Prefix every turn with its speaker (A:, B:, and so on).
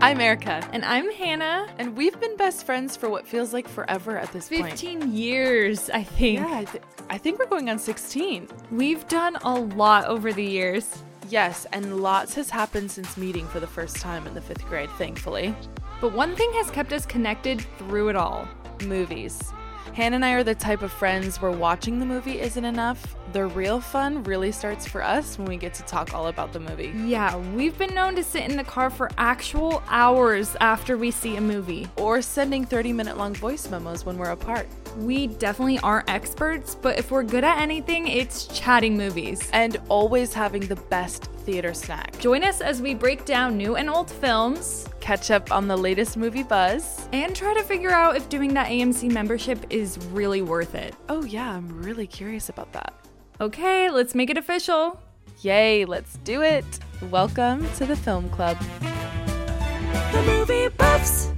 A: I'm Erica,
B: And I'm Hannah.
A: and we've been best friends for what feels like forever at this point.
B: 15 years, I think.
A: Yeah, I, th- I think we're going on 16.
B: We've done a lot over the years,
A: Yes, and lots has happened since meeting for the first time in the fifth grade, thankfully.
B: but one thing has kept us connected through it all.
A: Movies. Hannah and I are the type of friends where watching the movie isn't enough. The real fun really starts for us when we get to talk all about the movie.
B: Yeah, we've been known to sit in the car for actual hours after we see a movie.
A: Or sending 30 minute long voice memos when we're apart.
B: We definitely aren't experts, but if we're good at anything, it's chatting movies.
A: And always having the best theater snack.
B: Join us as we break down new and old films
A: Catch up on the latest movie buzz.
B: and try to figure out if doing that AMC membership is really worth it.
A: Oh, yeah, I'm really curious about that.
B: Okay, let's make it official.
A: Yay, let's do it! Welcome to the Film Club. The Movie Buffs!